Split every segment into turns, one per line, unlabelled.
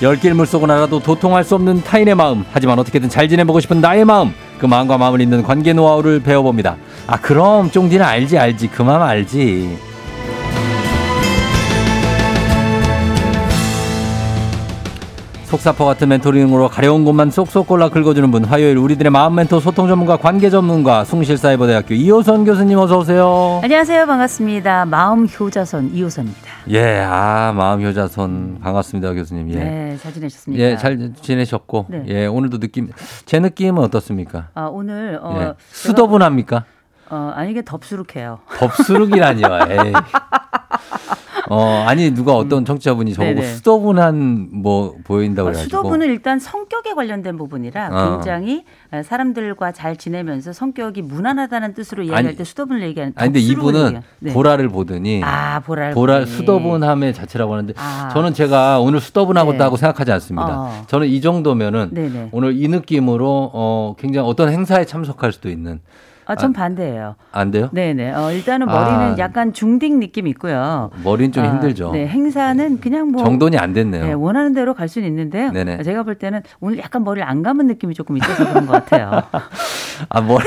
열길 물속은 알아도 도통할 수 없는 타인의 마음 하지만 어떻게든 잘 지내보고 싶은 나의 마음 그 마음과 마음을 잇는 관계 노하우를 배워봅니다 아 그럼 쫑디는 알지 알지 그 마음 알지 속사포 같은 멘토링으로 가려운 곳만 쏙쏙 골라 긁어주는 분 화요일 우리들의 마음 멘토 소통 전문가 관계 전문가 숭실사이버대학교 이호선 교수님 어서 오세요
안녕하세요. 반갑습니다. 마음 효자선 이호선입니다.
예 아 마음 효자손 반갑습니다 교수님 예.
네, 잘 지내셨습니까?
예, 잘 지내셨고.
네.
예, 오늘도 느낌 제 느낌은 어떻습니까?
아, 오늘 어,
예.
제가-
수더분합니까?
어, 아니 이게 덥수룩해요.
법수룩이라니요. 에이. 어, 아니 누가 어떤 청취자분이 저보고
음. 네네.
수더분한 뭐 보인다고
어,
그래 가지고.
수도분은 일단 성격에 관련된 부분이라
어.
굉장히 어, 사람들과 잘 지내면서 성격이 무난하다는 뜻으로 얘기할
아니,
때 수도분을 얘기하는
아니 근데
덥수룩을
이분은
얘기해요. 네.
보라를 보더니
아, 보라
보라 수더분함의 자체라고 하는데
아.
저는 제가 오늘 수더분하고
네.
다고 생각하지 않습니다.
어.
저는 이 정도면은
네네.
오늘 이 느낌으로 어 굉장히 어떤 행사에 참석할 수도 있는
아, 전 반대예요.
안 돼요?
네네. 어, 일단은 머리는
아.
약간 중딩 느낌 이 있고요.
머리는 좀
아,
힘들죠. 예.
네, 행사는 그냥 뭐
정돈이 안 됐네요.
네, 원하는 대로 갈 수는 있는데요.
예. 네네.
제가 볼 때는 오늘 약간 머리를 안 감은 느낌이 조금 있어서 그런 것 같아요.
아 머리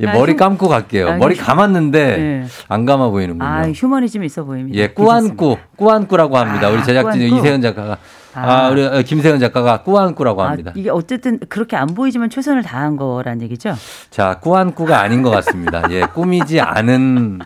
예,
아,
머리
좀-
감고 갈게요.
아,
머리
좀-
감았는데
예.
안 감아 보이는군요.
아, 휴머니즘이 있어 보입니다.
예, 꾸안꾸, 꾸안꾸라고 합니다.
아,
우리 제작진
꾸안꾸.
이세현 작가가 아,
아.
우리 어, 김세현 작가가 꾸안꾸라고
아,
합니다.
이게 어쨌든 그렇게 안 보이지만 최선을 다한 거란 얘기죠.
자, 꾸안꾸가 아닌 것 같습니다. 예, 꾸미지 않은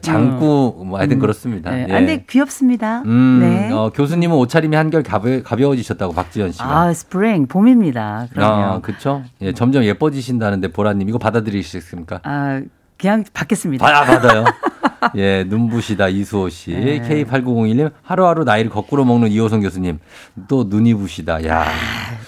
장꾸 뭐 하여튼 그렇습니다.
음. 네.
예.
아, 근데 귀엽습니다.
음,
네.
어, 교수님은 옷차림이 한결 가벼, 가벼워지셨다고 박지현 씨가.
아, 스프링 봄입니다. 그럼요.
그쵸? 예, 점점 예뻐지신다는데 보라님 이거 받아들이시겠습니까?
아, 그냥 받겠습니다.
받아 받아요. 예, 눈부시다 이수호 씨,
네.
K8901님 하루하루 나이를 거꾸로 먹는 이호성 교수님, 또 눈이 부시다. 야,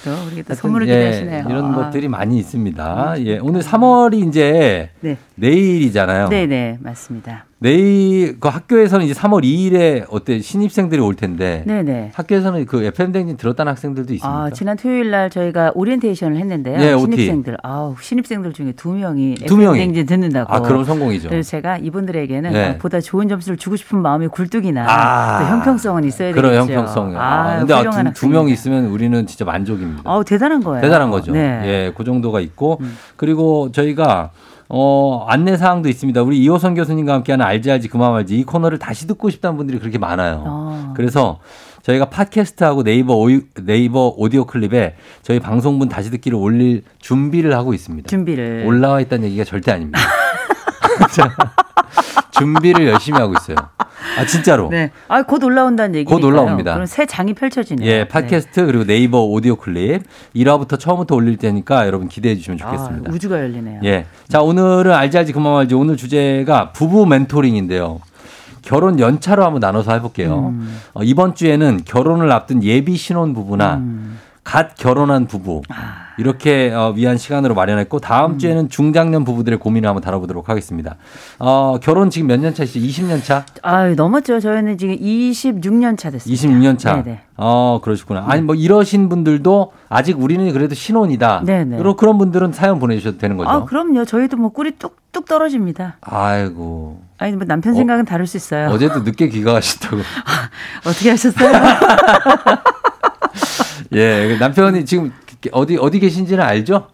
또 우리 또
하여튼,
아, 선물을
예,
기대하시네요.
이런
아,
것들이 많이 있습니다. 예, 오늘 3월이 이제
네.
내일이잖아요.
네, 네, 맞습니다.
내일 그 학교에서는 이제 3월 2일에 어때 신입생들이 올 텐데
네, 네.
학교에서는 그 FM 댕진 들었다는 학생들도 있습니까?
아, 지난 토요일 날 저희가 오리엔테이션을 했는데요.
예, OT.
신입생들. 아우, 신입생들 중에 두 명이
두 명이?
지 듣는다고.
아, 그럼 성공이죠.
그래서 제가 이분들에게는
네.
아, 보다 좋은 점수를 주고 싶은 마음이 굴뚝이나
아.
또 형평성은 있어야 되겠죠.
그런 형평성. 아, 근데
훌륭한
두 명
학생입니다.
있으면 우리는 진짜 만족입니다.
아우 대단한 거예요.
대단한 거죠.
네. 음.
예, 그 정도가 있고 그리고 저희가 어, 안내 사항도 있습니다. 우리 이호선 교수님과 함께하는 알지 알지 그만 알지 이 코너를 다시 듣고 싶다는 분들이 그렇게 많아요.
아.
그래서 저희가 팟캐스트하고 네이버 오이, 네이버 오디오 클립에 저희 방송분 다시 듣기를 올릴 준비를 하고 있습니다.
준비를. 네.
올라와 있다는 얘기가 절대 아닙니다. 자, 준비를 열심히 하고 있어요. 아 진짜로.
네. 아, 곧 올라온다는 얘기.
올라옵니다.
그럼 새 장이 펼쳐지네요.
예, 팟캐스트 그리고 네이버 오디오 클립 1화부터 처음부터 올릴 테니까 여러분 기대해 주시면 좋겠습니다.
아, 우주가 열리네요.
예. 자, 오늘은 알지 알지 그만 알지 오늘 주제가 부부 멘토링인데요. 결혼 연차로 한번 나눠서 해볼게요.
음.
어, 이번 주에는 결혼을 앞둔 예비 신혼 부부나
음.
갓 결혼한 부부
아.
이렇게 어, 위한 시간으로 마련했고 다음 주에는 중장년 부부들의 고민을 한번 다뤄보도록 하겠습니다. 어, 결혼 지금 몇 년 차시죠? 20년 차?
아유, 넘었죠. 저희는 지금 26년 차 됐습니다.
26년 차.
네네.
어, 그러시구나. 아니 뭐 이러신 분들도 아직 우리는 그래도 신혼이다.
네네.
그런 그런 분들은 사연 보내주셔도 되는 거죠.
아, 그럼요. 저희도 뭐 꿀이 뚝뚝 떨어집니다.
아이고.
아니, 뭐 남편 생각은 다를 수 있어요.
어제도 늦게 귀가하셨다고.
어떻게 하셨어요?
예, 그 남편이 지금 어디 어디 계신지는 알죠?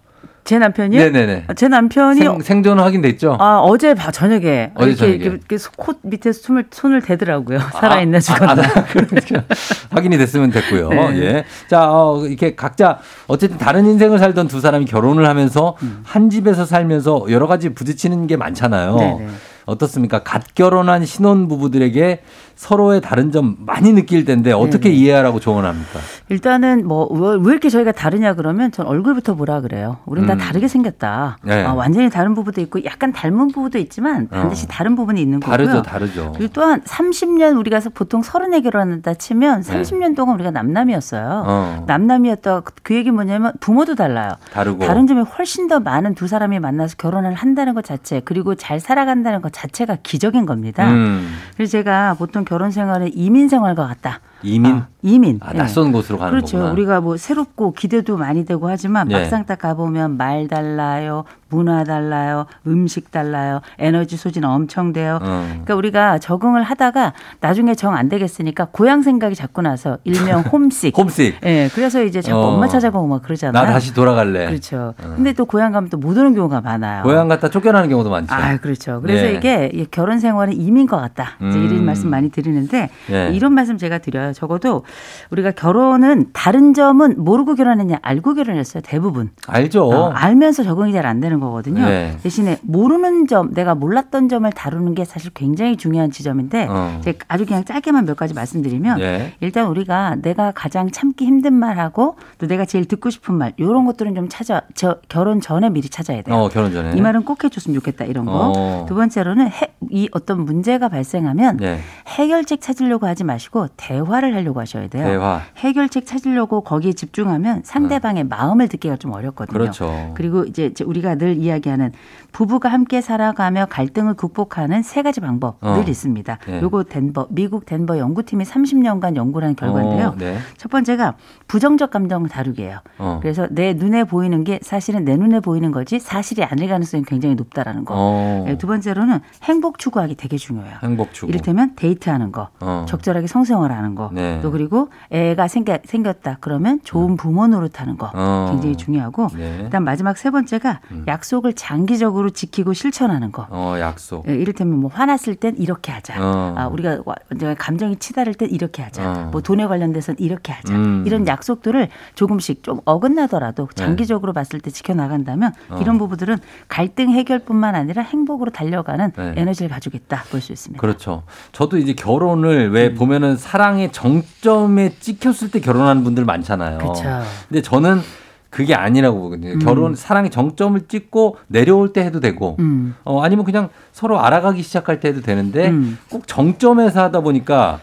제 남편이요? 아,
네네네.
제 남편이
생, 생존 확인됐죠?
아, 어제 바- 저녁에
어제
이렇게,
저녁에.
이렇게, 이렇게 코 밑에 숨을 손을 대더라고요. 살아있나
아,
죽었나.
아, 그러니까 확인이 됐으면 됐고요.
네.
예. 자, 어, 이렇게 각자 어쨌든 다른 인생을 살던
음.
두 사람이 결혼을 하면서 한 집에서 살면서 여러 가지 부딪히는 게 많잖아요.
네네.
어떻습니까? 갓 결혼한 신혼 부부들에게 서로의 다른 점 많이 느낄
네,
텐데 어떻게 이해하라고 조언합니까?
일단은 뭐 왜 이렇게 저희가 다르냐 그러면 전 얼굴부터 보라 그래요. 우린 다
음.
다르게 생겼다.
네.
아, 완전히 다른 부부도 있고 약간 닮은 부부도 있지만 반드시
어.
다른 부분이 있는 거고요. 그렇죠.
다르죠, 다르죠.
그리고 또한 30년 우리가 보통 30에 결혼한다 치면
네.
30년 동안 우리가 남남이었어요.
어.
남남이었다 그 얘기 뭐냐면 부모도 달라요.
다르고.
다른 점이 훨씬 더 많은 두 사람이 만나서 결혼을 한다는 것 자체 그리고 잘 살아간다는 것 자체가 기적인 겁니다.
음,
그래서 제가 보통 결혼 생활은 이민 생활과 같다.
이민.
아, 이민.
아,
예.
낯선 곳으로 가는
그렇죠.
거구나.
우리가 뭐 새롭고 기대도 많이 되고 하지만
예.
막상 딱 가보면 말 달라요, 문화 달라요, 음식 달라요, 에너지 소진 엄청 돼요.
음.
그러니까 우리가 적응을 하다가 나중에 정 안 되겠으니까 고향 생각이 자꾸 나서 일명 홈식.
홈식.
예, 그래서 이제 자꾸
어.
엄마 찾아가고 막 그러잖아요.
나 다시 돌아갈래.
그렇죠. 근데 또 고향 가면 또 못 오는 경우가 많아요.
예. 어. 고향 갔다 쫓겨나는 경우도 많죠.
아, 그렇죠. 그래서
예.
이게 이 결혼 생활은 이민과 같다. 이제
음.
이런 말씀 많이 드리는데
예.
이런 말씀 제가 드려요. 적어도 우리가 결혼은 다른 점은 모르고 결혼했냐 알고 결혼했어요. 대부분.
알죠.
어, 알면서 적응이 잘 안 되는 거거든요.
예.
대신에 모르는 점, 내가 몰랐던 점을 다루는 게 사실 굉장히 중요한 지점인데
어.
이제 아주 네. 그냥 짧게만 몇 가지 말씀드리면
예.
일단 우리가 내가 가장 참기 힘든 말하고 또 내가 제일 듣고 싶은 말 이런 것들은 좀 찾아 저 결혼 전에 미리 찾아야 돼요.
어, 결혼 전에.
이 말은 꼭 해줬으면 좋겠다 이런 거.
어.
두 번째로는 해, 이 어떤 문제가 발생하면
예.
해결책 찾으려고 하지 마시고 대화를 하려고 하셔야 돼요.
대화.
해결책 찾으려고 거기에 집중하면 상대방의 마음을 듣기가 좀 어렵거든요.
네. 그렇죠.
그리고 이제 이제 우리가 늘 이야기하는 부부가 함께 살아가며 갈등을 극복하는 세 가지 방법
어.
늘 있습니다.
예.
요거 덴버 미국 덴버 연구팀이 30년간 연구를 한 결과인데요.
어, 네.
첫 번째가 부정적 감정을 다루기예요.
어.
그래서 내 눈에 보이는 게 사실은 내 눈에 보이는 거지 사실이 아닐 가능성이 굉장히 높다라는 거.
어.
예, 두 번째로는 행복 추구하기 되게 중요해요.
행복 추구.
이를테면 데이트하는 거,
어.
적절하게 성생활 하는 거,
네. 음.
또 그리고 애가 생겨, 생겼다 그러면 좋은 부모 노릇하는 거
어.
굉장히 중요하고
네.
그다음 마지막 세 번째가 약속을 장기적으로 지키고 실천하는 거.
음. 어, 약속.
예, 이를테면 뭐 화났을 땐 이렇게 하자.
어.
아, 우리가 와- 이제 감정이 치달을 땐 이렇게 하자.
어.
뭐 돈에 관련돼서는 이렇게 하자.
음. 네.
이런 약속들을 조금씩 좀 어긋나더라도 장기적으로 봤을 때 지켜나간다면
어.
이런 부부들은 갈등 해결뿐만 아니라 행복으로 달려가는
네.
에너지를 가지고 있다 볼 수 있습니다. 음.
그렇죠. 저도 이제 결혼을 왜 보면은 사랑의 정점에 찍혔을 때 결혼하는 분들 많잖아요.
그쵸.
근데 저는 그게 아니라고 보거든요. 결혼 사랑의 정점을 찍고 내려올 때 해도 되고
음.
어, 아니면 그냥 서로 알아가기 시작할 때 해도 되는데
음.
꼭 정점에서 하다 보니까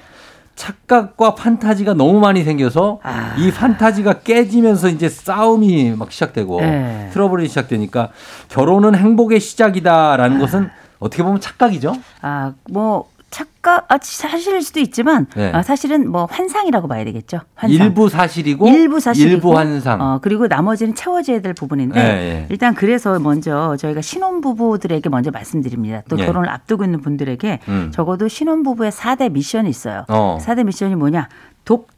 착각과 판타지가 너무 많이 생겨서
아.
이 판타지가 깨지면서 이제 싸움이 막 시작되고
네.
트러블이 시작되니까 결혼은 행복의 시작이다라는 것은 어떻게 보면 착각이죠.
아, 뭐 착각 아, 사실일 수도 있지만
네.
아, 사실은 뭐 환상이라고 봐야 되겠죠. 환상.
일부 사실이고
일부 사실이고
일부 환상.
어, 그리고 나머지는 채워져야 될 부분인데
예, 예.
일단 그래서 먼저 저희가 신혼 부부들에게 먼저 말씀드립니다. 또
예.
결혼을 앞두고 있는 분들에게
음.
적어도 신혼 부부의 4대 미션이 있어요.
어.
사 4대 미션이 뭐냐?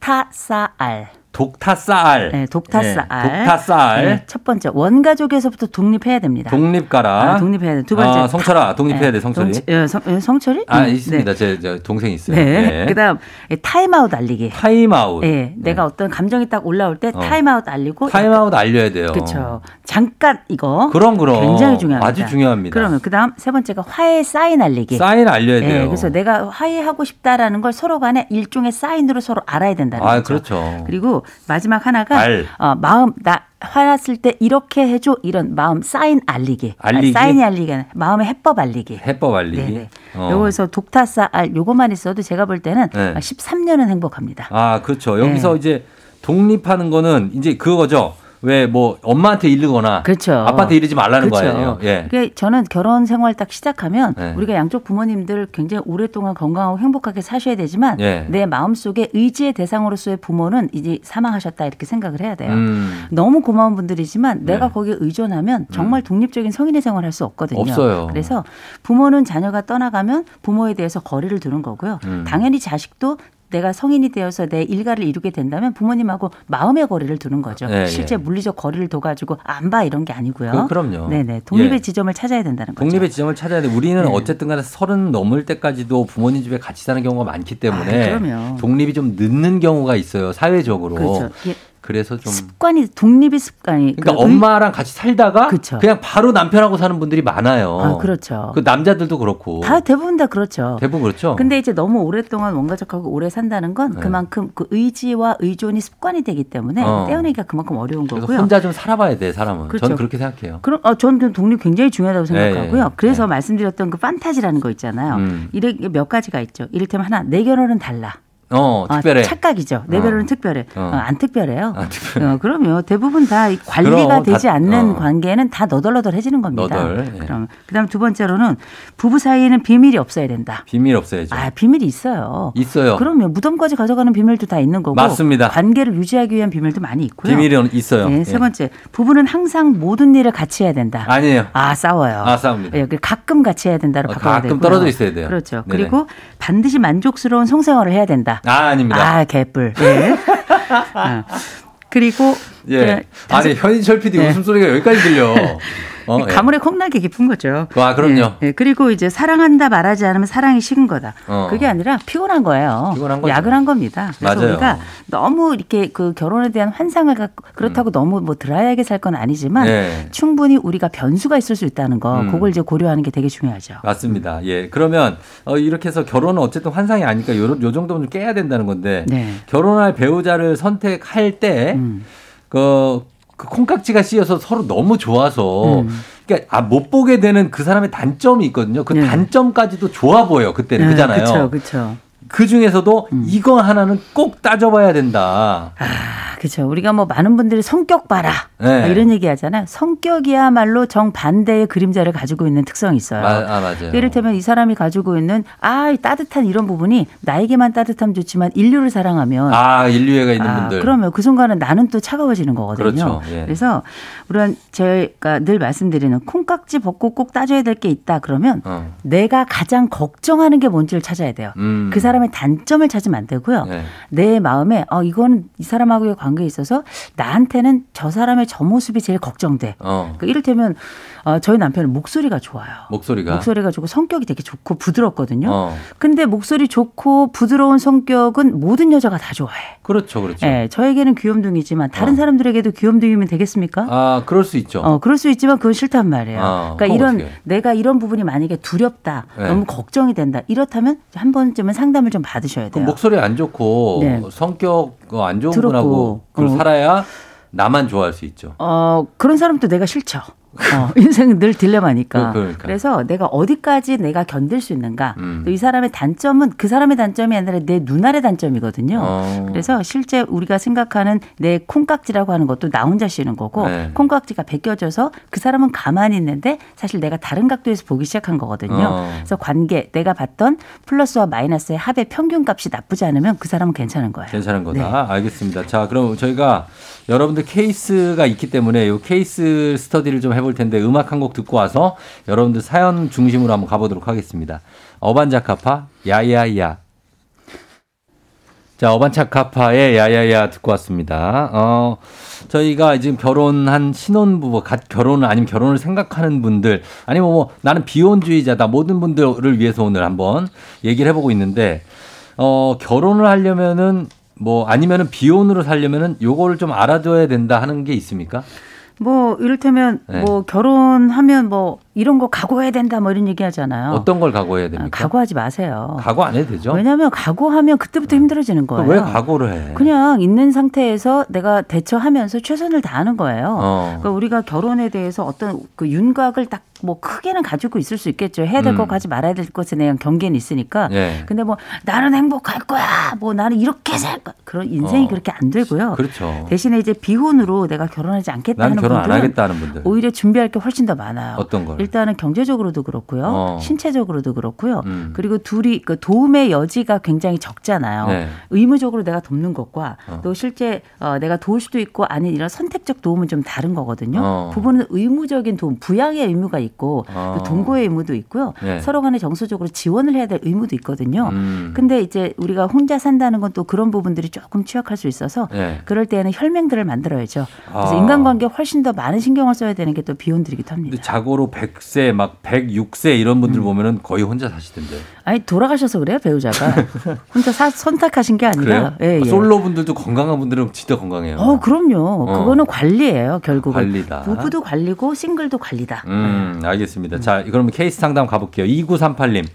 독타사알.
독타쌀.
네, 독타사알.
예, 독타쌀.
네, 첫 번째 원가족에서부터 독립해야 됩니다.
독립가라.
아, 독립해야 돼. 두 번째.
아, 성철아, 독립해야
네,
돼, 성철이.
성- 예, 성, 예, 성철이?
아,
음,
있습니다.
네.
제, 저 동생이 있어요.
네. 그다음 타임아웃 알리기.
타임아웃. 네.
예. 내가 어떤 감정이 딱 올라올 때
어.
타임아웃 알리고
타임아웃 알려야 돼요.
그렇죠. 잠깐 이거
그럼, 그럼.
굉장히 중요합니다.
아주 중요합니다.
그러면 그다음 세 번째가 화해 사인 알리기.
사인 알려야
예,
돼요.
그래서 내가 화해하고 싶다라는 걸 서로 간에 일종의 사인으로 서로 알아야 된다는
아,
거죠.
그렇죠.
그리고 마지막 하나가
알.
어, 마음 나 화났을 때 이렇게 해줘 이런 마음 사인 알리기. 아,
알리기?
사인이 알리기 아니라 마음의 해법 알리기.
해법 알리기.
네네.
어.
요거에서 독타사 알 요거만 있어도 제가 볼 때는
네.
13년은 행복합니다.
아, 그렇죠. 여기서
네.
이제 독립하는 거는 이제 그거죠. 왜 뭐 엄마한테 이르거나
그렇죠.
아빠한테 이르지 말라는
그렇죠.
거예요. 예.
그게 저는 결혼 생활 딱 시작하면
네.
우리가 양쪽 부모님들 굉장히 오랫동안 건강하고 행복하게 사셔야 되지만
예.
내 마음속에 의지의 대상으로서의 부모는 이제 사망하셨다 이렇게 생각을 해야 돼요.
음.
너무 고마운 분들이지만 내가
네.
거기에 의존하면 정말 독립적인 성인의 생활을 할 수 없거든요.
없어요.
그래서 부모는 자녀가 떠나가면 부모에 대해서 거리를 두는 거고요.
음.
당연히 자식도 내가 성인이 되어서 내 일가를 이루게 된다면 부모님하고 마음의 거리를 두는 거죠.
예,
실제
예.
물리적 거리를 둬가지고 안 봐 이런 게 아니고요.
그- 그럼요.
네네. 독립의
예.
지점을 찾아야 된다는 거죠.
독립의 지점을 찾아야 돼. 우리는
예.
어쨌든 간에 서른 넘을 때까지도 부모님 집에 같이 사는 경우가 많기 때문에
아, 그럼요.
독립이 좀 늦는 경우가 있어요. 사회적으로.
그렇죠. 예.
그래서 좀
습관이 독립이 습관이
그러니까
그 의-
엄마랑 같이 살다가
그쵸.
그냥 바로 남편하고 사는 분들이 많아요.
아, 그렇죠.
그 남자들도 그렇고
다 대부분 다 그렇죠.
대부분 그렇죠.
근데 이제 너무 오랫동안 원가족하고 오래 산다는 건
네.
그만큼 그 의지와 의존이 습관이 되기 때문에
어.
떼어내기가 그만큼 어려운
그래서
거고요.
혼자 좀 살아봐야 돼 사람은.
그렇죠.
저는 그렇게 생각해요.
그럼 어, 저는 독립 굉장히 중요하다고
네,
생각하고요.
네,
그래서
네.
말씀드렸던 그 판타지라는 거 있잖아요.
음.
이래 몇 가지가 있죠. 이를테면 하나 내 결혼은 달라.
어
아,
특별해.
착각이죠. 내
어.
결혼은 특별해.
어.
어, 안 특별해요.
아, 특별해.
어, 그럼요. 대부분 다이 관리가
그럼,
되지
다-
않는
어.
관계는 다 너덜너덜해지는 겁니다.
너덜, 예.
그럼 그다음 두 번째로는 부부 사이에는 비밀이 없어야 된다.
비밀 없어야죠.
아 비밀이 있어요.
있어요.
그럼요. 무덤까지 가져가는 비밀도 다 있는 거고.
맞습니다.
관계를 유지하기 위한 비밀도 많이 있고요.
비밀은 있어요.
네,
예.
세 번째. 부부는 항상 모든 일을 같이 해야 된다.
아니에요.
아, 싸워요.
아, 싸웁니다.
예, 그 가끔 같이 해야 된다로
어,
바꿔야
가끔
되고요.
떨어져 있어야 돼요.
그렇죠.
네네.
그리고 반드시 만족스러운 성생활을 해야 된다.
아, 아닙니다.
아, 개뿔. 예. 어. 그리고
예.
예,
아니 현인철 PD
예.
웃음소리가 여기까지 들려. 어, 예.
가물에 콩나게 깊은 거죠.
아, 그럼요.
예, 예. 그리고 이제 사랑한다 말하지 않으면 사랑이 식은 거다.
어.
그게 아니라 피곤한 거예요.
피곤한 거죠.
야근한 겁니다. 그래서
맞아요.
우리가 너무 이렇게 그 결혼에 대한 환상을 갖고
음.
그렇다고 너무 뭐 드라이하게 살 건 아니지만
예.
충분히 우리가 변수가 있을 수 있다는 거,
음.
그걸 이제 고려하는 게 되게 중요하죠.
맞습니다. 예. 그러면 어, 이렇게 해서 결혼은 어쨌든 환상이 아니니까 요, 요 정도는 좀 깨야 된다는 건데
네.
결혼할 배우자를 선택할 때
음.
그, 그 콩깍지가 씌여서 서로 너무 좋아서
음.
그러니까 아, 못 보게 되는 그 사람의 단점이 있거든요. 그
네.
단점까지도 좋아 보여 네, 그때는 그잖아요.
그렇죠, 그렇죠.
그 중에서도 이거 하나는 꼭 따져봐야 된다.
아, 그렇죠. 우리가 뭐 많은 분들이 성격 봐라
네.
막 이런 얘기 하잖아요. 성격이야말로 정 반대의 그림자를 가지고 있는 특성이 있어요.
마- 아, 맞아요.
예를 들면 이 사람이 가지고 있는 아이 따뜻한 이런 부분이 나에게만 따뜻함 좋지만 인류를 사랑하면
아 인류애가 있는
아,
분들.
그러면 그 순간은 나는 또 차가워지는 거거든요.
그렇죠. 예.
그래서 우선 제가 늘 말씀드리는 콩깍지 벗고 꼭 따져야 될 게 있다 그러면
어.
내가 가장 걱정하는 게 뭔지를 찾아야 돼요.
음.
그 사람의 단점을 찾으면 안 되고요.
네.
내 마음에 어 이거는 이 사람하고의 관계에 있어서 나한테는 저 사람의 저 모습이 제일 걱정돼.
어.
그 이를테면 어, 저희 남편은 목소리가 좋아요.
목소리가.
목소리가 좋고 성격이 되게 좋고 부드럽거든요.
그러니까. 어.
근데 목소리 좋고 부드러운 성격은 모든 여자가 다 좋아해.
그렇죠, 그렇죠.
예, 저에게는 귀염둥이지만 다른
어.
사람들에게도 귀염둥이면 되겠습니까?
아 그럴 수 있죠.
어, 그럴 수 있지만 그건 싫단 말이에요.
아,
그러니까
그럼
이런
어떡해.
내가 이런 부분이 만약에 두렵다,
네.
너무 걱정이 된다. 이렇다면 한 번쯤은 상담을 좀 받으셔야 돼요.
그럼 목소리 안 좋고
네.
성격 어, 안 좋은
더럽고.
분하고 그걸
어.
살아야 나만 좋아할 수 있죠.
어, 그런 사람도 내가 싫죠. 어, 인생은 늘 딜레마니까.
그- 그러니까.
래서 내가 어디까지 내가 견딜 수 있는가.
음.
또 이 사람의 단점은 그 사람의 단점이 아니라 내 눈알의 단점이거든요.
어.
그래서 실제 우리가 생각하는 내 콩깍지라고 하는 것도 나 혼자 씌는 거고
네.
콩깍지가 벗겨져서 그 사람은 가만히 있는데 사실 내가 다른 각도에서 보기 시작한 거거든요.
어.
그래서 관계 내가 봤던 플러스와 마이너스의 합의 평균값이 나쁘지 않으면 그 사람은 괜찮은 거예요. 네.
괜찮은 거다. 알겠습니다. 자, 그럼 저희가 여러분들 케이스가 있기 때문에 이 케이스 스터디를 좀 해볼 텐데 음악 한 곡 듣고 와서 여러분들 사연 중심으로 한번 가보도록 하겠습니다. 어반자카파 야야야. 자, 어반자카파의 야야야 듣고 왔습니다. 어, 저희가 지금 결혼한 신혼부부, 갓 결혼 아니면 결혼을 생각하는 분들, 아니면 뭐 나는 비혼주의자다 모든 분들을 위해서 오늘 한번 얘기를 해보고 있는데 어, 결혼을 하려면은 뭐 아니면은 비혼으로 살려면은 요거를 좀 알아둬야 된다 하는 게 있습니까?
뭐 이를테면
네.
뭐 결혼하면 뭐 이런 거 각오해야 된다 뭐 이런 얘기 하잖아요.
어떤 걸 각오해야 됩니까?
아, 각오하지 마세요.
각오 안 해도 되죠? 네.
왜냐하면 각오하면 그때부터 힘들어지는
그럼
거예요.
왜 각오를 해?
그냥 있는 상태에서 내가 대처하면서 최선을 다하는 거예요.
어.
그러니까 우리가 결혼에 대해서 어떤 그 윤곽을 딱 뭐 크게는 가지고 있을 수 있겠죠. 해야 될
음.
것 하지 말아야 될 것에 대한 경계는 있으니까.
예.
근데 뭐 나는 행복할 거야. 뭐 나는 이렇게 살 거야. 그런 인생이
어.
그렇게 안 되고요.
그렇죠.
대신에 이제 비혼으로 내가 결혼하지 않겠다
난
하는
결혼 안
분들은
하겠다 하는 분들.
오히려 준비할 게 훨씬 더 많아요.
어떤 걸?
일단은 경제적으로도 그렇고요,
어.
신체적으로도 그렇고요.
음.
그리고 둘이 그 도움의 여지가 굉장히 적잖아요.
네.
의무적으로 내가 돕는 것과
어.
또 실제 어, 내가 도울 수도 있고 아닌 이런 선택적 도움은 좀 다른 거거든요.
어.
부부는 의무적인 도움, 부양의 의무가 있고
어.
또 동거의 의무도 있고요.
네.
서로 간에 정서적으로 지원을 해야 될 의무도 있거든요.
음.
근데 이제 우리가 혼자 산다는 건 또 그런 부분들이 조금 취약할 수 있어서
예.
그럴 때는 혈맹들을 만들어야죠. 그래서
아.
인간관계 에 훨씬 더 많은 신경을 써야 되는 게 또 비혼들이기도
근데
합니다.
자고로 100 100세 막 106세 이런 분들 보면은 거의 혼자 사시던데.
음. 아니 돌아가셔서 그래요 배우자가 혼자 사, 선택하신 게
그래요?
아니라 예,
아,
예.
솔로 분들도 건강한 분들은 진짜 건강해요.
어 그럼요
어.
그거는 관리예요 결국은
관리다.
부부도 관리고 싱글도 관리다
음,
네.
알겠습니다. 자, 그럼 케이스 상담 가볼게요. 2938님.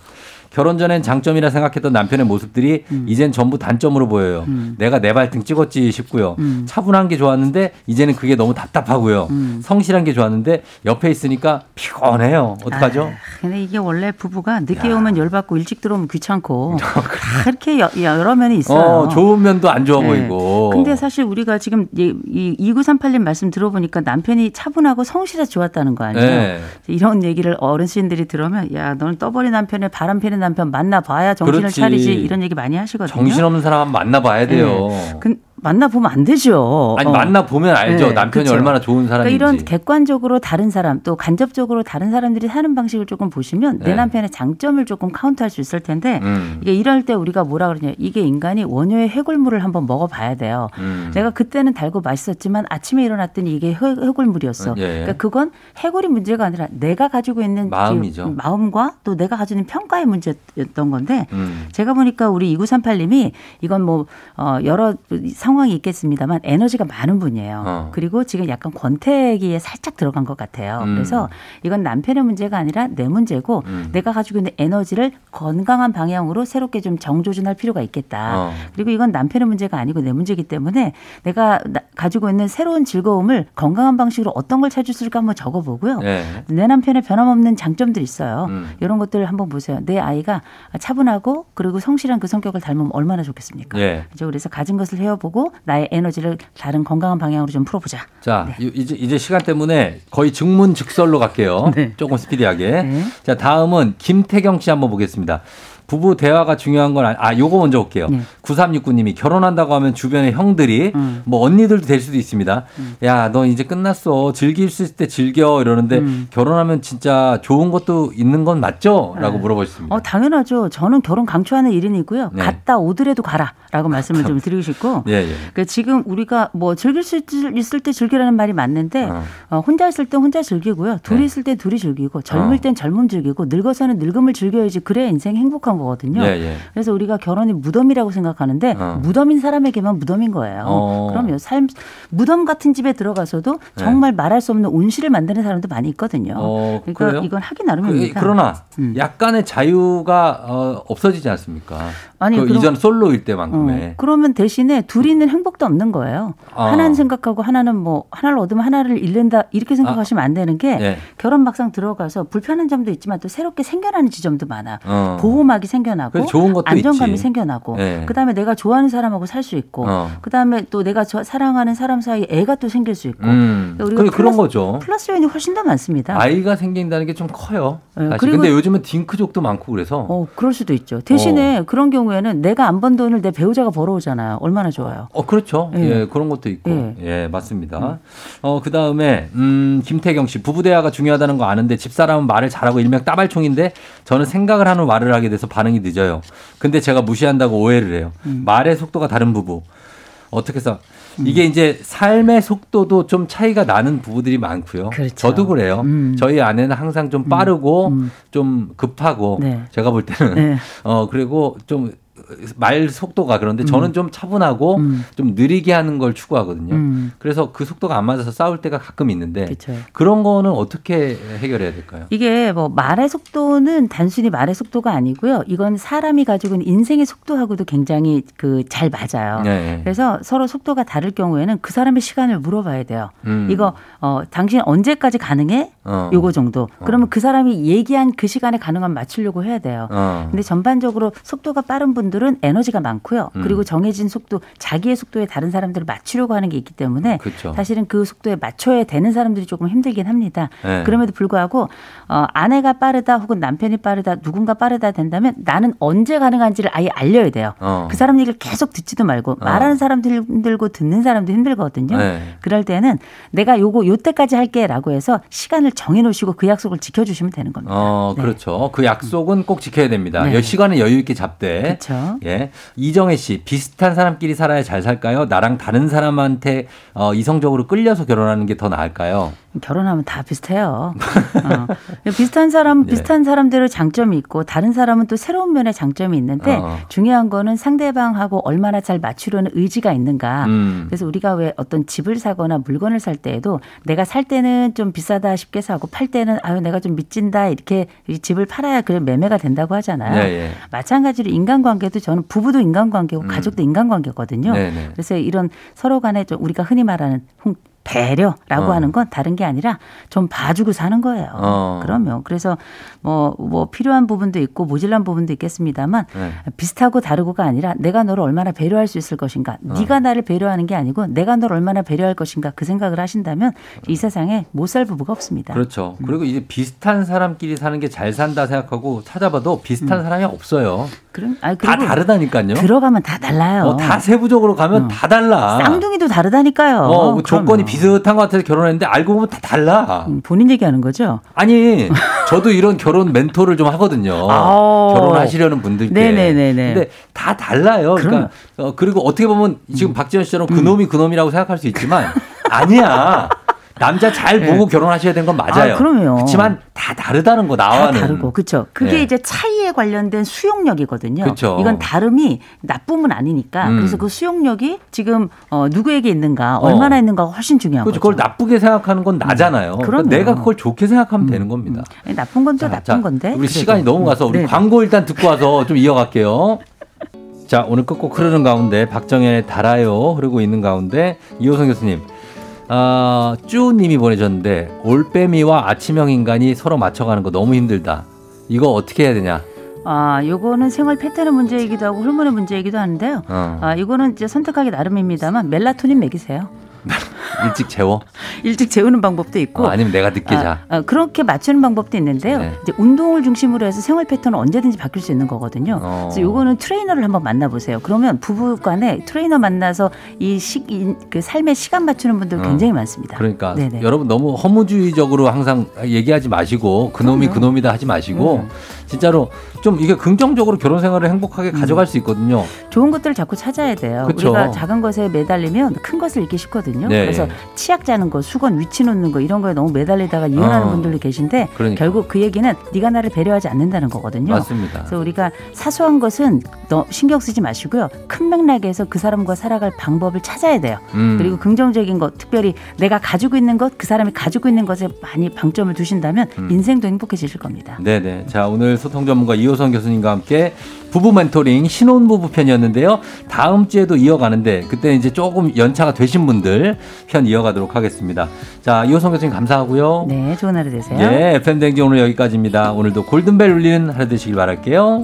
결혼 전엔 장점이라 생각했던 남편의 모습들이
음.
이젠 전부 단점으로 보여요. 내가 내 발등 찍었지 싶고요.
음.
차분한 게 좋았는데 이제는 그게 너무 답답하고요. 성실한 게 좋았는데 옆에 있으니까 피곤해요. 어떡하죠?
아, 근데 이게 원래 부부가 늦게 오면 열받고 일찍 들어오면 귀찮고 다 이렇게 여, 여러 면이 있어요.
아, 어, 좋은 면도 안 좋아
아, 네.
보이고.
근데 사실 우리가 지금 이, 이 2938님 말씀 들어보니까 남편이 차분하고 성실해 좋았다는 거 아니에요?
네.
이런 얘기를 어르신들이 들으면 야 너는 떠버린 남편의 바람피는 남편 만나봐야 정신을
그렇지.
차리지 이런 얘기 많이 하시거든요.
정신없는 사람 만나봐야 돼요.
네. 근- 만나보면 안 되죠.
아니
어.
만나보면 알죠.
네,
남편이
그쵸.
얼마나 좋은
그러니까
사람인지.
이런 객관적으로 다른 사람 또 간접적으로 다른 사람들이 사는 방식을 조금 보시면
네.
내 남편의 장점을 조금 카운트할 수 있을 텐데
음.
이게 이럴 때 우리가 뭐라 그러냐 이게 인간이 원효의 해골물을 한번 먹어봐야 돼요.
음.
내가 그때는 달고 맛있었지만 아침에 일어났더니 이게 해, 해골물이었어.
예, 예.
그러니까 그건 해골이 문제가 아니라 내가 가지고 있는
마음이죠.
그 마음과 또 내가 가지고 있는 평가의 문제였던 건데
음.
제가 보니까 우리 2938님이 이건 뭐 어, 여러 상황이 있겠습니다만 에너지가 많은 분이에요.
어.
그리고 지금 약간 권태기에 살짝 들어간 것 같아요.
음.
그래서 이건 남편의 문제가 아니라 내 문제고
음.
내가 가지고 있는 에너지를 건강한 방향으로 새롭게 좀 정조준할 필요가 있겠다.
어.
그리고 이건 남편의 문제가 아니고 내 문제이기 때문에 내가 나- 가지고 있는 새로운 즐거움을 건강한 방식으로 어떤 걸 찾을 수 있을까 한번 적어보고요.
네.
내 남편의 변함없는 장점들이 있어요.
음.
이런 것들을 한번 보세요. 내 아이가 차분하고 그리고 성실한 그 성격을 닮으면 얼마나 좋겠습니까?
예.
그죠? 그래서 가진 것을 헤어보고 나의 에너지를 다른 건강한 방향으로 좀 풀어보자.
자,
네.
이- 이제, 이제 시간 때문에 거의 즉문즉설로 갈게요.
네.
조금 스피디하게.
네.
자, 다음은 김태경 씨 한번 보겠습니다. 부부 대화가 중요한 건 아니, 아, 요거 먼저 올게요.
네.
9369님이 결혼한다고 하면 주변의 형들이
음.
뭐 언니들도 될 수도 있습니다. 야, 너 이제 끝났어. 즐길 수 있을 때 즐겨. 이러는데
음.
결혼하면 진짜 좋은 것도 있는 건 맞죠? 라고 물어보셨습니다.
어, 당연하죠. 저는 결혼 강추하는 일인이고요.
네.
갔다 오더라도 가라. 라고 말씀을 좀 드리고 싶고.
예, 예.
그 지금 우리가 뭐 즐길 수 있- 있을 때 즐기라는 말이 맞는데
어.
어, 혼자 있을 때 혼자 즐기고요. 둘이
네.
있을 때 둘이 즐기고 젊을
어.
땐 젊음 즐기고 늙어서는 늙음을 즐겨야지 그래야 인생 행복한 거거든요.
예, 예.
그래서 우리가 결혼이 무덤이라고 생각하는데
어.
무덤인 사람에게만 무덤인 거예요.
어. 네.
그럼요. 삶 무덤 같은 집에 들어가서도 정말 말할 수 없는 온실을 만드는 사람도 많이 있거든요.
어,
그러니까
그래요?
이건 그러니까. 음. 하기
그,
나름입니다.
그러나 약간의 자유가 어, 없어지지 않습니까?
아니,
그
그럼-
이전 솔로일
어,
때만큼의
그러면 대신에 둘이는 행복도 없는 거예요.
아.
하나는 생각하고 하나는 뭐 하나를 얻으면 하나를 잃는다 이렇게 생각하시면 안 되는 게
예.
결혼 막상 들어가서 불편한 점도 있지만 또 새롭게 생겨나는 지점도 많아.
어.
보호막이 생겨나고
그래서 좋은 것도
안정감이
있지.
생겨나고
예.
그다음에 내가 좋아하는 사람하고 살 수 있고
어.
그다음에 또 내가 저- 사랑하는 사람 사이에 애가 또 생길 수 있고
음.
그러니까 우리가
그래, 그런
플러스-
거죠.
플러스 요인이 훨씬 더 많습니다.
아이가 생긴다는 게 좀 커요.
네,
사실.
그리고-
근데 요즘은 딩크족도 많고 그래서 어,
어, 그럴 수도 있죠. 대신에 그런 경우에는 내가 안 번 돈을 내 배우자가 벌어오잖아요. 얼마나 좋아요.
그렇죠.
예.
예, 그런 것도 있고.
예.
예, 맞습니다. 어, 그다음에 음, 김태경 씨 부부 대화가 중요하다는 거 아는데 집사람은 말을 잘하고 일명 따발총인데 저는 생각을 하는 말을 하게 돼서 반응이 늦어요. 근데 제가 무시한다고 오해를 해요.
음.
말의 속도가 다른 부부. 어떻게 해서 이게 이제 삶의 속도도 좀 차이가 나는 부부들이 많고요.
그렇죠. 음.
저도 그래요. 저희 아내는 항상 좀 빠르고 좀 급하고
네.
제가 볼 때는
네.
어 그리고 좀 말 속도가
음.
그런데 저는 좀 차분하고 좀 느리게 하는 걸 추구하거든요. 네.
음.
그래서 그 속도가 안 맞아서 싸울 때가 가끔 있는데
그쵸.
그런 거는 어떻게 해결해야 될까요?
이게 뭐 말의 속도는 단순히 말의 속도가 아니고요. 이건 사람이 가지고 있는 인생의 속도하고도 굉장히 그 잘 맞아요.
네.
그래서 서로 속도가 다를 경우에는 그 사람의 시간을 물어봐야 돼요.
음.
이거 어 당신 언제까지 가능해?
어.
요거 정도. 그러면 그 사람이 얘기한 그 시간에 가능한 맞추려고 해야 돼요.
어.
근데 전반적으로 속도가 빠른 분들은 에너지가 많고요.
음.
그리고 정해진 속도, 자기의 속도에 다른 사람들을 맞추려고 하는 게 있기 때문에
그쵸.
사실은 그 속도에 맞춰야 되는 사람들이 조금 힘들긴 합니다.
네.
그럼에도 불구하고 어, 아내가 빠르다 혹은 남편이 빠르다 누군가 빠르다 된다면 나는 언제 가능한지를 아예 알려야 돼요.
어.
그 사람 얘기를 계속 듣지도 말고 말하는 사람도 힘들고 듣는 사람도 힘들거든요.
네.
그럴 때는 내가 요거 요때까지 할게라고 해서 시간을 정해놓으시고 그 약속을 지켜주시면 되는 겁니다.
어, 그렇죠. 그 약속은 꼭 지켜야 됩니다.
음. 네.
여- 시간은 여유 있게 잡되
그쵸. 그렇죠.
예. 이정혜 씨, 비슷한 사람끼리 살아야 잘 살까요? 나랑 다른 사람한테 어, 이성적으로 끌려서 결혼하는 게 더 나을까요?
결혼하면 다 비슷해요. 어. 비슷한 사람
예.
비슷한 사람들의 장점이 있고 다른 사람은 또 새로운 면의 장점이 있는데
어.
중요한 거는 상대방하고 얼마나 잘 맞추려는 의지가 있는가.
음.
그래서 우리가 왜 어떤 집을 사거나 물건을 살 때에도 내가 살 때는 좀 비싸다 쉽게 사고 팔 때는 아유 내가 좀 미친다 이렇게 이 집을 팔아야 그 매매가 된다고 하잖아요.
예, 예.
마찬가지로 인간관계도 저는 부부도 인간관계고 가족도 인간관계거든요.
음. 네네.
그래서 이런 서로 간에 좀 우리가 흔히 말하는 홍- 배려라고
어.
하는 건 다른 게 아니라 좀 봐주고 사는 거예요.
어.
그러면 그래서 뭐 뭐 필요한 부분도 있고 모질란 부분도 있겠습니다만
네.
비슷하고 다르고가 아니라 내가 너를 얼마나 배려할 수 있을 것인가,
어.
네가 나를 배려하는 게 아니고 내가 너를 얼마나 배려할 것인가 그 생각을 하신다면 이 세상에 못 살 부부가
음.
없습니다. 음.
그렇죠. 그리고 이제 비슷한 사람끼리 사는 게 잘 산다 생각하고 찾아봐도 비슷한 사람이 없어요.
그럼 아니,
다
음. 그리고
다르다니까요.
들어가면 다 달라요.
어, 다 세부적으로 가면 다 달라.
쌍둥이도 다르다니까요.
어, 뭐 조건이
그럼요.
비슷한 것 같아서 결혼했는데 알고 보면 다 달라.
음, 본인 얘기하는 거죠?
아니, 저도 이런 결혼 멘토를 좀 하거든요.
아오.
결혼하시려는 분들께.
네네네네.
근데 다 달라요. 그러니까 그리고 어떻게 보면 지금
음.
박지현 씨처럼 그놈이 그놈이라고 생각할 수 있지만 아니야. 남자 잘 보고 결혼하셔야 되는 건 맞아요.
네. 아, 그럼요.
그렇지만 다 다르다는 거
다
나와는.
다르고 그렇죠. 그게
예.
이제 차이에 관련된 수용력이거든요.
그쵸.
이건 다름이 나쁨은 아니니까
음.
그래서 그 수용력이 지금 어, 누구에게 있는가 얼마나 있는가가 훨씬 중요한
그렇죠.
거죠.
그걸 나쁘게 생각하는 건 나잖아요. 그러니까
그럼요.
내가 그걸 좋게 생각하면 되는 겁니다.
아니, 예, 나쁜 건 또
자,
나쁜
자,
건데.
우리
그래도.
시간이 너무 가서 우리
네.
광고 일단 듣고 와서 좀 이어갈게요. 자 오늘 끝곡 흐르는 가운데 박정현의 달아요 흐르고 있는 가운데 이호성 교수님 아, 쭈님이 보내셨는데 올빼미와 아침형 인간이 서로 맞춰가는 거 너무 힘들다. 이거 어떻게 해야 되냐?
아, 요거는 생활 패턴의 문제이기도 하고 호르몬의 문제이기도 하는데요.
어,
아, 이거는 이제 선택하기 나름입니다만 멜라토닌 먹이세요.
일찍 재워.
일찍 재우는 방법도 있고
어, 아니면 내가 늦게 자.
아, 아, 그렇게 맞추는 방법도 있는데요.
네.
이제 운동을 중심으로 해서 생활 패턴은 언제든지 바뀔 수 있는 거거든요.
어.
그래서 요거는 트레이너를 한번 만나보세요. 그러면 부부간에 트레이너 만나서 이 시, 이, 그 삶의 시간 맞추는 분들 굉장히 많습니다.
어. 그러니까
네네.
여러분 너무 허무주의적으로 항상 얘기하지 마시고 그놈이
그럼요. 음.
그놈이다 하지 마시고 진짜로 좀 이게 긍정적으로 결혼 생활을 행복하게
음.
가져갈 수 있거든요.
좋은 것들을 자꾸 찾아야 돼요.
그쵸.
우리가 작은 것에 매달리면 큰 것을 잃기 쉽거든요.
네,
그래서
예.
치약 짜는 거, 수건 위치 놓는 거 이런 거에 너무 매달리다가 이혼하는
어.
분들도 계신데
그러니까.
결국 그 얘기는 네가 나를 배려하지 않는다는 거거든요.
맞습니다.
그래서 우리가 사소한 것은 너 신경 쓰지 마시고요. 큰 맥락에서 그 사람과 살아갈 방법을 찾아야 돼요.
음.
그리고 긍정적인 것, 특별히 내가 가지고 있는 것, 그 사람이 가지고 있는 것에 많이 방점을 두신다면 인생도 행복해지실 겁니다.
네네. 자, 오늘 소통 전문가 이호선 교수님과 함께 부부 멘토링 신혼부부 편이었는데요. 다음 주에도 이어가는데 그때 이제 조금 연차가 되신 분들 편 이어가도록 하겠습니다. 자, 이호선 교수님 감사하고요.
네, 좋은 하루 되세요.
예, FM 댕지 오늘 여기까지입니다. 오늘도 골든벨 울리는 하루 되시길 바랄게요.